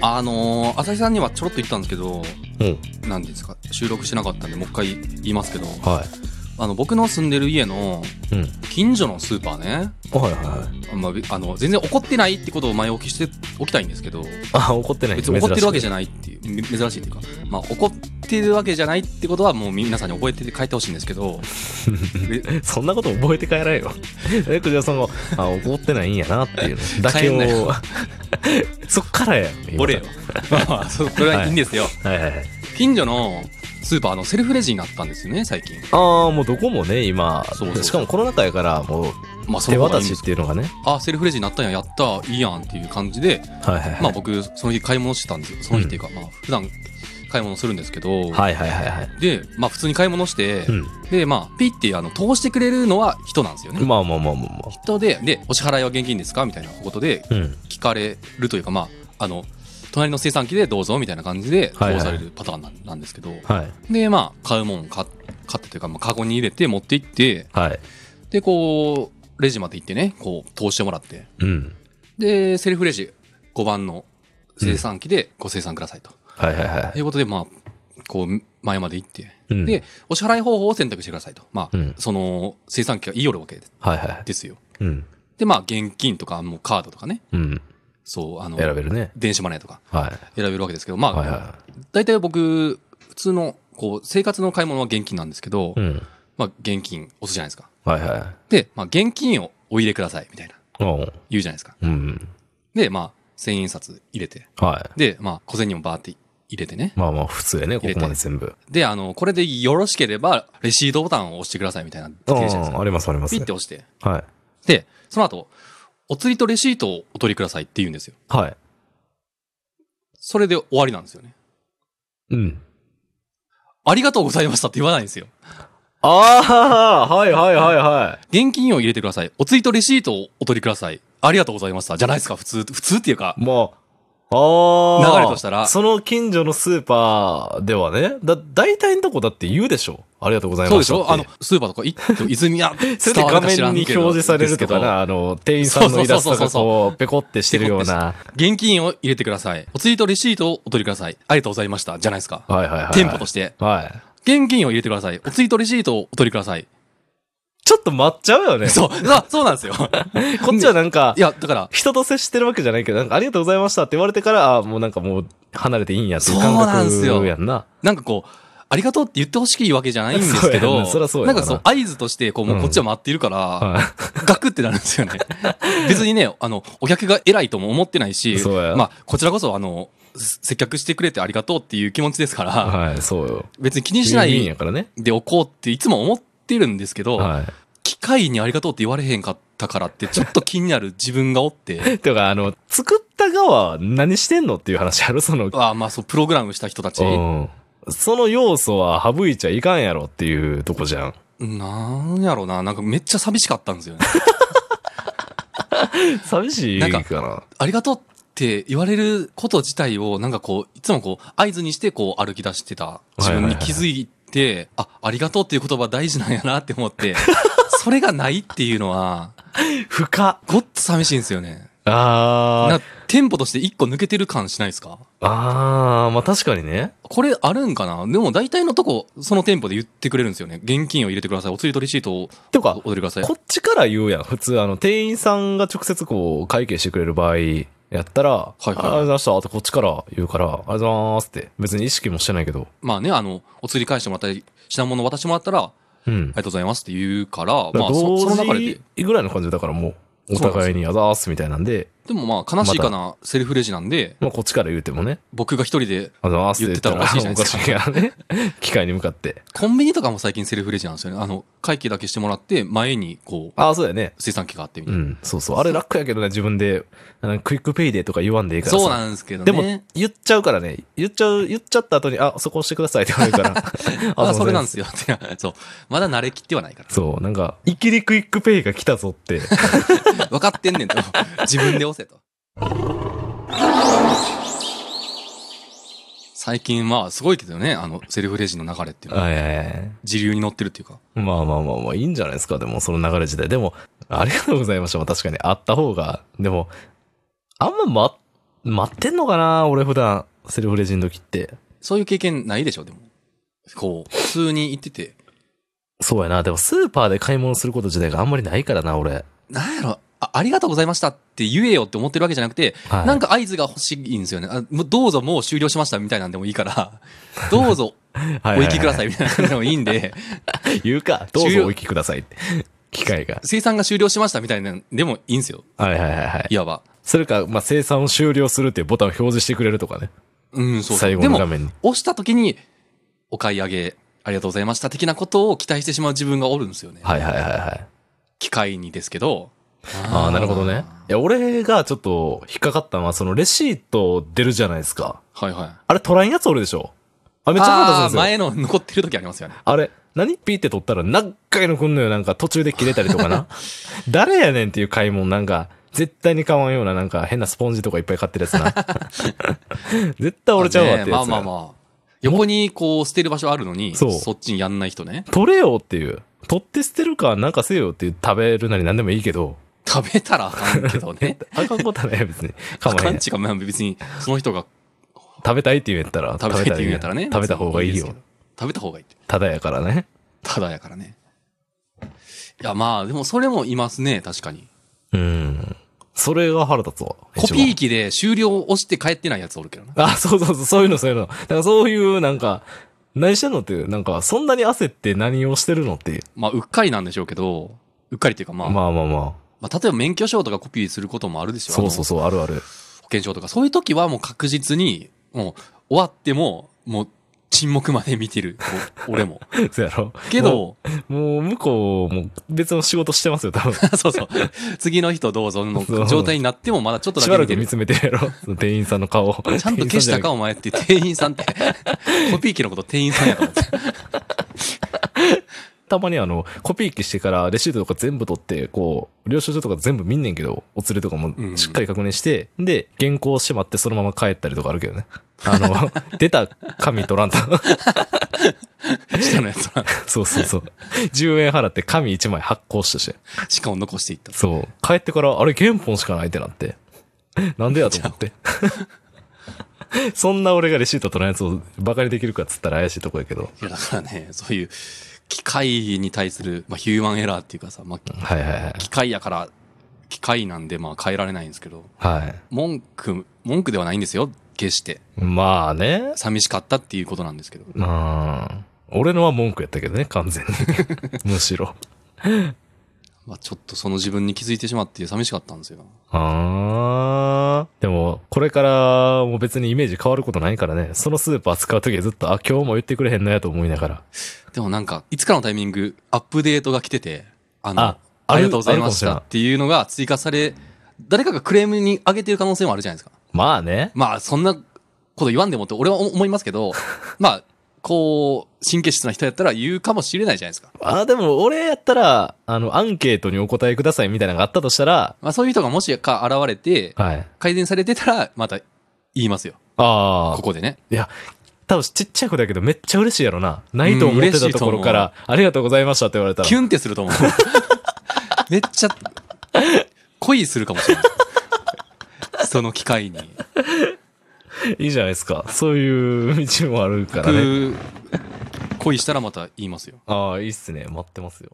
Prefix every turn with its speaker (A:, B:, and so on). A: あのー、浅井さんにはちょろっと言ったんですけど、
B: うん。
A: なんていうんですか、収録してなかったんで、もう一回言いますけど、
B: は
A: あの、僕の住んでる家の
B: い。うん。
A: 近所のスーパーね、
B: はいはいはい。
A: あんまびあの、全然怒ってないってことを前置きしておきたいんですけど、
B: あ、怒ってない。
A: 別に怒ってるわけじ
B: ゃ
A: ゃないっていう、め珍しいっていうか、まあ、怒ってるわけじゃないってことはもう皆さんに覚えてて帰ってほしいんですけ ど、で
B: ない。 そんなこと覚えて帰らんよ。 え、じゃあその、あ、怒ってないんやなっていうの。だ け
A: 帰んな
B: を
A: よ、
B: そっからや。今
A: 俺よ。まあまあ、そそれはいいんですよ。
B: はいはいはい。
A: 近所のスーパーのセルフレジになったんですよね、最近。
B: ああ、もうどこもね、今、
A: そうそう
B: しかもコロナ禍やから、もう、
A: まあ、そ
B: 手
A: の方がいいん
B: 渡し
A: で
B: っ
A: す
B: ていうのがね。
A: あ、セルフレジになったんや、やった、いいやんっていう感じで、
B: はいはいはい。
A: まあ僕、その日買い物してたんですよ。その日っていうか、まあ普段買い物するんですけど、
B: はいはいはいはい。
A: で、まあ普通に買い物して、
B: う
A: で、まあ、ピッてあの通してくれるのは人なんですよね。
B: ん。まあまあまあまあまあ。
A: 人で、で、お支払いは現金ですかみたいなことで
B: うん。
A: 聞かれるというか、まあ、あの、隣の生産機でどうぞみたいな感じで
B: はいはい
A: 通されるパターンなんなんですけど、
B: はい。
A: で、まあ、買うもん買買ってというか、まあ、カゴに入れて持って行って、
B: はい。
A: で、こう、レジまで行ってね、こう、通してもらって、
B: うん。
A: で、セルフレジ5番の生産機でご生産くださいと。
B: はいはいは
A: ということで、まあ、こう、前まで行って、
B: い。うん。
A: で、お支払い方法を選択してくださいと。まあ、
B: うん
A: その、生産機が言いよるわけ
B: はいはい。
A: ですよ。
B: うん。
A: で、まあ、現金とか、もうカードとかね、
B: うん。
A: そう、あの、
B: 選べるね。
A: 電子マネーとか
B: は
A: 選べるわけですけど、
B: い。
A: ま
B: はい
A: あ、
B: は
A: 大体僕、普通の、こう、生活の買い物は現金なんですけど
B: い。う、ん。
A: まあ、現金押すじゃないですか。
B: はいは
A: で、まあ、現金をお入れください、みたいな、
B: い。うん。
A: 言うじゃないですか。
B: うん。
A: で、まあ、千円札入れて、
B: は
A: で、まあ、小銭もバーって入れてね
B: い。。まあまあ、普通やね、ここまで全部。
A: で、あの、これでよろしければ、レシートボタンを押してくださいみたいな、でき
B: う
A: るじゃないです
B: ん。
A: か。
B: ありますあります。
A: ピッて
B: は
A: 押して。
B: い。
A: で、その後、お釣りとレシートをお取りくださいって言うんですよ。
B: はい。
A: それで終わりなんですよね。
B: うん。
A: ありがとうございましたって言わないんですよ。
B: ああはいはいはいは
A: 現金を入れてください。お釣りとレシートをお取りください。ありがとうございました。じゃないですか、普通。普通っていうか、
B: い。もう、ああ
A: 流れとしたら
B: その近所のスーパーではね、だ、大体のとこだって言うでしょ。ありがとうござい
A: そう
B: ま
A: で
B: し
A: した
B: って。
A: ょあの、スーパーとか行って、泉屋、
B: それで
A: 伝わるか
B: 画面
A: 知らん
B: に
A: け
B: 表
A: ど
B: 示されるとか。な、あの、店員さんのイラストが
A: そうそう
B: こう、ペコってしてるような。
A: 現金を入れてください。お釣りとレシートをお取りください。ありがとうございました。じゃないですか。
B: はいはいはい。
A: 店舗として。
B: はい。
A: 現金を入れてください。お釣りとレシートをお取りください。
B: ちょっと待っちゃうよね。
A: そう、あそうなんですよ。
B: こっちはなんか
A: い、や、だから、
B: 人と接してるわけじゃないけど、なんかありがとうございましたって言われてから、あもうなんかもう離れていいんやっていう感
A: そうなんすよ
B: 覚やんな。
A: なんかこう、ありがとうって言ってほしいわけじゃないんですけ
B: そうや
A: ど、
B: なそらそうや
A: な
B: なん
A: かそう、合図として、こう、もうこっちは待っているから、
B: はい
A: ガクってなるんですよね。 別にね、あの、お客が偉いとも思ってないし、
B: そうや
A: まあ、こちらこそ、あの、す接客してくれてありがとうっていう気持ちですから、
B: はい、そうよ。
A: 別に気にしな
B: ウィンウィンや
A: い
B: からね。
A: でおこうっていつも思ってるんですけど、
B: は
A: 機械にありがとうって言われへんかったからって、ちょっと気になる自分がおって、
B: い。てか、あの、作った側は何してんのっていう話ある その、
A: あまあそう、プログラムした人たち。
B: うん。その要素は省いちゃいかんやろっていうとこじゃん。
A: なんやろな、なんかめっちゃ寂しかったんですよね。
B: 寂しいか
A: な。
B: なん
A: ありがとうって言われること自体を、なんかこう、いつもこう、合図にしてこう歩き出してた自分に気づいて、あ、ありがとうっていう言葉大事なんやなって思って、それがないっていうのは、
B: 深
A: ごっと寂しいんですよね。
B: あ
A: なん
B: ー
A: かテンポとして一個抜けてる感しないですか
B: あー、まあ確かにね。
A: これあるんかなでも大体のとこ、そのテンポで言ってくれるんですよね。現金を入れてください。お釣りとレシートを
B: てか、
A: お踊りください。
B: こっちから言うやん。普通、あの、店員さんが直接こう、会計してくれる場合やったら、はい
A: はい
B: ありがとうございました。あとこっちから言うから、ありがとうございますって。別に意識もしてないけど。
A: まあね、あの、お釣り返してもらったり、品物渡してもらったら、あ
B: うん。
A: りがとうございますって言うから、
B: だ
A: ま
B: か
A: あ
B: ら
A: そ、そ
B: 同
A: の中で
B: 時、ぐらいの感じだからもう、お互いにあざーすみたいなんで、
A: でもまあ悲しいかな、セルフレジなんで、
B: まあこっちから言うてもね、
A: 僕が一人で、
B: あざーすって言ったら
A: 言ってたらおかしいじ
B: おかしいからね。 機械に向かって。
A: コンビニとかも最近セルフレジなんですよね。あの、会計だけしてもらって、前にこう、
B: ああ、そうだよね。
A: 生産機があってみた
B: う
A: いな。
B: ん、そうそう。あれ楽やけどね、自分で、あのクイックペイでとか言わんでいいからさ。
A: そうなんですけどね。
B: でも、言っちゃうからね。言っちゃう、言っちゃった後に、あ、そこ押してくださいって言われ るから。
A: あ、それなん
B: で
A: ですすよ。 ってそう。まだ慣れきってはないか
B: そう、なんか、イキリクイックペイが来た ぞって。
A: ら。分かってんねんと。 自分で押せと。最近はすごいけどね、あの、セルフレジの流れっていうのは。
B: はいはいはい。
A: 自流に乗ってるっていうか。
B: まあまあまあまあ、いいんじゃないですか。でも、その流れ自体。でも、ありがとうございました。確かに、あった方が。でも、あんま待、待ってんのかな俺普段、セルフレジの時って。
A: そういう経験ないでしょ、でも。こう、普通に行ってて。
B: そうやな。でもスーパーで買い物すること自体があんまりないからな、俺。
A: なんやろ、あありがとうございましたって言えよって思ってるわけじゃなくて、
B: はい
A: なんか合図が欲しいんですよね。あもうどうぞもう終了しましたみたいなんでもいいから、 どうぞ
B: は
A: お
B: いはいはい
A: 行きくださいみたいなのでもいいんで、
B: 言うか、どう
A: 終
B: ぞ
A: 了
B: お行きくださいって。機会が。
A: 生産が終了しましたみたいなんでもいいんですよ。
B: はいはいはいはい。
A: いわば。
B: それか、まあ、生産を終了するっていうボタンを表示してくれるとかね。
A: うん、そうそう
B: 最後
A: で
B: の
A: も
B: 画、面に。
A: 押した時に、お買い上げありがとうございました的なことを期待してしまう自分がおるんですよね。
B: はいはいはいはい。
A: 機械にですけど。
B: ああ、なるほどね。いや、俺がちょっと引っかかったのは、そのレシート出るじゃないですか。
A: はいはい。
B: あれ、取らんやつおるでしょあ、めっちゃ
A: あ
B: 腹立つ
A: ー
B: んですよ。
A: 前の残ってる時ありますよね。
B: あれ、何ピーって取ったら、何回の来んのよ。なんか途中で切れたりと かな。誰やねんっていう買い物なんか、絶対に買わんような、なんか変なスポンジとかいっぱい買ってるやつ な。絶対折れちゃうわってやつ、
A: ねまあまあまあ。横にこう捨てる場所あるのに、
B: そう
A: そっちにやんない人ね。
B: 取れよっていう。取って捨てるか、なんかせよっていう、食べるなりなんでもいいけど。
A: 食べたらあかんけどね。
B: あかんことはないよ別 に。
A: あ
B: かま
A: か
B: へ
A: ん
B: ん
A: っ。ちゅうか、まあ別にその人が
B: 食べたいって言うんやったら、
A: 食べたいって言うんやったらね。
B: 食べた方がいい
A: 別に
B: よ
A: です。けど。食べた方がいいって。
B: ただやからね。
A: ただやからね。いやまあ、でもそれもいますね、確かに。
B: うん。それが腹立つわ。
A: コ
B: 一
A: ピ
B: 番
A: ー機で終了押して帰ってないやつおるけどな。
B: あ、そうそうそう、そういうの、そういうの。だからそういう、なんか、何してんのっていう、なんか、そんなに焦って何をしてるのっていう。
A: まあ、うっかりなんでしょうけど、うっかりっていうかまあ、ま
B: まあまあまあ。
A: あ、例えば免許証とかコピーすることもあるでしょ
B: そうそう
A: あ
B: そう、あるあ る。
A: の保険証とか。そういう時はもう確実に、もう終わっても、もう沈黙まで見てる。お俺 も。
B: そうやろ。
A: けど、
B: もう、もう向こう、もう別の仕事してますよ、多分。し
A: そうそう。次の人どうぞの
B: そう
A: 状態になってもまだちょっとだ
B: ば
A: け見て
B: らく
A: る
B: 見。つめてるやろ。その店員さんの顔を。
A: ちゃんと消したかお前って店員さんって。 コピー機のこと店員さんやと思って。
B: たまにあの、コピー機してからレシートとか全部取って、こう、領収書とか全部見んねんけど、お釣りとかもしっかり確認して、で、原稿しまってそのまま帰ったりとかあるけどね。あの、出た紙取らんと。
A: 下のやつは。
B: そうそうそう。10円払って紙1枚発行してして。
A: しかも残していった。
B: そう。帰ってから、あれ原本しかないってなって。なんでやと思って。そんな俺がレシート取らんやつをバカにできるかっつったら怪しいとこやけど。
A: いや、だからね、そういう機械に対する、まあ、ヒューマンエラーっていうかさ、まあ、
B: はいはいはい。
A: 機械やから、機械なんで、まあ、変えられないんですけど、
B: は
A: 文句、文句ではないんですよ。決して。
B: い。まあね。
A: 寂しかったっていうことなんですけど。
B: うん。俺のは文句やったけどね、完全 に。むしろ。
A: まあ、ちょっとその自分に気づいてしまって寂しかったんですよ。
B: あー。でも、これからも別にイメージ変わることないからね。そのスーパー使うときはずっと、あ、今日も言ってくれへんのやと思いながら。
A: でもなんか、いつかのタイミング、アップデートが来てて、あの、
B: あ
A: あ
B: あ
A: り
B: る
A: がとうございまし
B: あるかもしれ
A: た
B: ない
A: っていうのが追加され、誰かがクレームに上げてる可能性もあるじゃないですか。
B: まあね。
A: まあ、そんなこと言わんでもって俺は思いますけ ど、まあ、こう、神経質な人やったら言うかもしれないじゃないですか。
B: あー、でも俺やったら、あの、アンケートにお答えくださいみたいなのがあったとしたら、
A: まあ、そういう人がもしか現れて、
B: はい。
A: 改善されてたら、また言いますよ。
B: あ
A: ここでね。
B: いや、多分ちっちゃい子だけどめっちゃ嬉しいやろな。ないと思ってたところから、ありがとうございましたって言われたら。
A: キュンってする と思う。めっちゃ、恋するかも しれない。その機会に。
B: いいじゃないですか。そういう道もあるからね。
A: 僕恋したらまた言いますよ。
B: ああ、いいっすね。待ってますよ。